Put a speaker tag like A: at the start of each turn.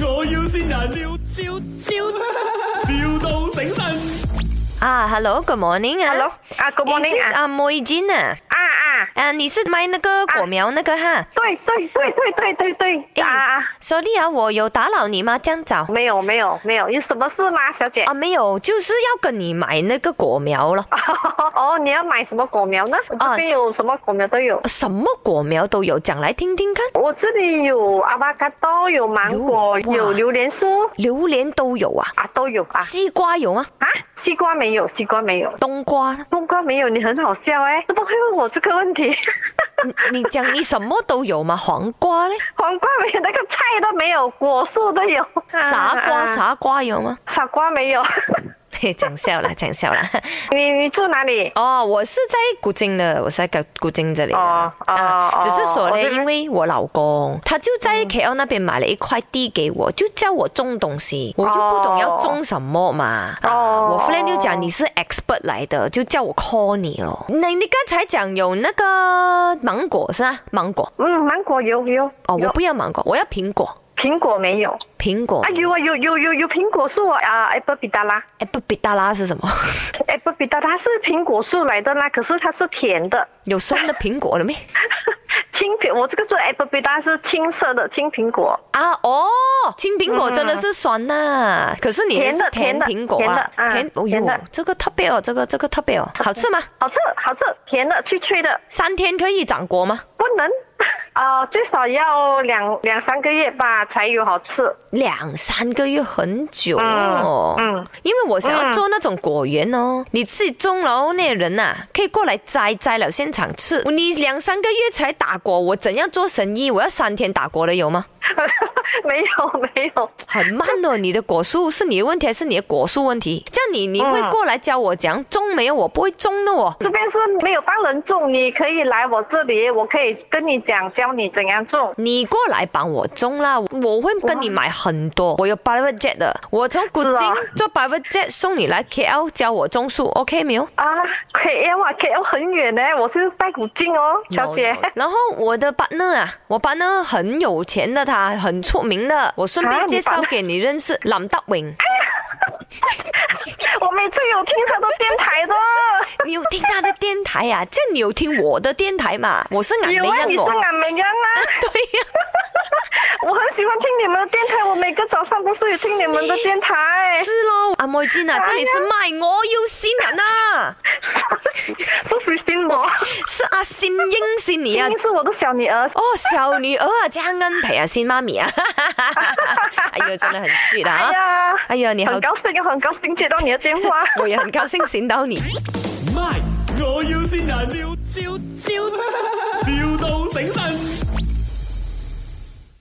A: 要先人，笑笑笑，,笑到醒神。
B: 啊，Hello, good morning 啊。
C: Hello，啊，Good morning
B: 是
C: 啊，
B: 啊，莫一金啊。
C: 啊啊，
B: 啊，你是卖那个果苗那个哈？
C: 对对对对对对对，啊啊，
B: 所以啊，我有打扰你吗？这样早？
C: 没有没有没有，有什么事吗，小姐
B: 啊，？没有，就是要跟你买那个果苗了。
C: 哦，你要买什么果苗呢？我
B: 啊
C: 这边有什么果苗都有，
B: 什么果苗都有，讲来听听看。
C: 我这里有阿巴卡多，有芒果，
B: 哟哇
C: 有榴莲酥
B: 榴莲都有啊，
C: 啊，都有啊。
B: 西瓜有吗？
C: 啊，西瓜没有，西瓜没有，
B: 冬瓜呢？
C: 冬瓜没有，你很好笑哎，怎么会问我这个问题？
B: 你你讲你什么都有吗？黄瓜呢？
C: 黄瓜没有，那个菜都没有，果树都有。
B: 傻瓜
C: 啊？
B: 傻瓜有吗？
C: 傻瓜没有。
B: 嘿，讲笑啦，讲笑啦。
C: 你你住哪里？
B: 哦，我是在古晋的，我是在古晋这里的。
C: 哦哦
B: 啊，
C: 哦
B: 只是说
C: 我
B: 呢，
C: 这边
B: 因为我老公他就在 KL 那边买了一块地给我，就叫我种东西，我就不懂要种什么嘛。啊，我
C: 哦
B: friend 就讲你是 expert 来的，就叫我 call 你哦。那你刚才讲有那个芒果是吧？芒果
C: 嗯，芒果有有。
B: 哦，
C: 有
B: 我不要芒果，我要苹果，
C: 苹果没有。
B: 苹果
C: 啊。有啊有有有有苹果树啊啊，apple 比达拉
B: 哎，不比达拉是什么？
C: ，apple 比达拉是苹果树来的啦，可是它是甜的，
B: 有酸的苹果了没？
C: 青苹我这个是 apple 比达拉是青色的青苹果，
B: 啊哦，青苹果真的是酸呐、可是你的是甜
C: 嗯甜的
B: 苹果啊，
C: 甜的甜的
B: 哦
C: 嗯甜
B: 哟
C: 的，
B: 这个特别哦，这个这个特别哦，好吃吗？
C: 好吃好吃，甜的脆脆的，
B: 三天可以长果吗？
C: 不能 啊、最少要两两三个月吧才有好吃。
B: 两三个月很久哦，
C: 嗯嗯
B: 因为我想要做那种果园哦，你自己种了哦，那人呐、可以过来摘，摘了现场吃。你两三个月才打果，我怎样做生意？我要三天打果了有吗？
C: 没有没有，
B: 很慢的，你的果树是你的问题还是你的果树问题？这样你你会
C: 嗯
B: 过来教我讲种没有？我不会种的哦。
C: 这边是没有帮人种，你可以来我这里，我可以跟你讲，教你怎样种。
B: 你过来帮我种啦，我会跟你买很多。我有 private jet 的，我从古
C: 是
B: 晋
C: 啊
B: 坐 private jet 送你来 KL 教我种树，OK 没有？
C: 啊，KL 啊，KL 很远呢，我是在古晋哦，小姐。
B: 有有然后我的 partner 啊，我 partner 很有钱的他，很出名的，我顺
C: 啊
B: 便
C: 你
B: 介绍
C: partner
B: 给你认识林德 荣，
C: 我每次有听他的电 台的，
B: 你有听他的电台啊？这样你有听我的电台嘛？我是俺
C: 有啊，
B: 梅
C: 你
B: 人
C: 是
B: 哦，
C: 俺 美人啊，
B: 对呀、
C: 我很喜欢听你们的电台，我每个早上不是有听你们的电台，
B: 是咯，阿妹姐啊，这里是
C: 哎
B: 卖我要新人啊，
C: 是谁信我？
B: 是阿新英新你啊
C: 明。明是我的小女儿。
B: 哦，小女儿啊，江恩培啊，新妈咪啊， 哎呦，真的很 sweet 啊
C: 哎！呀，
B: 哎呀，你好
C: 很，高兴啊，很高兴接到
B: 哦
C: 你的电话。
B: 我也很高兴见到你。
A: 卖，我要先人，笑笑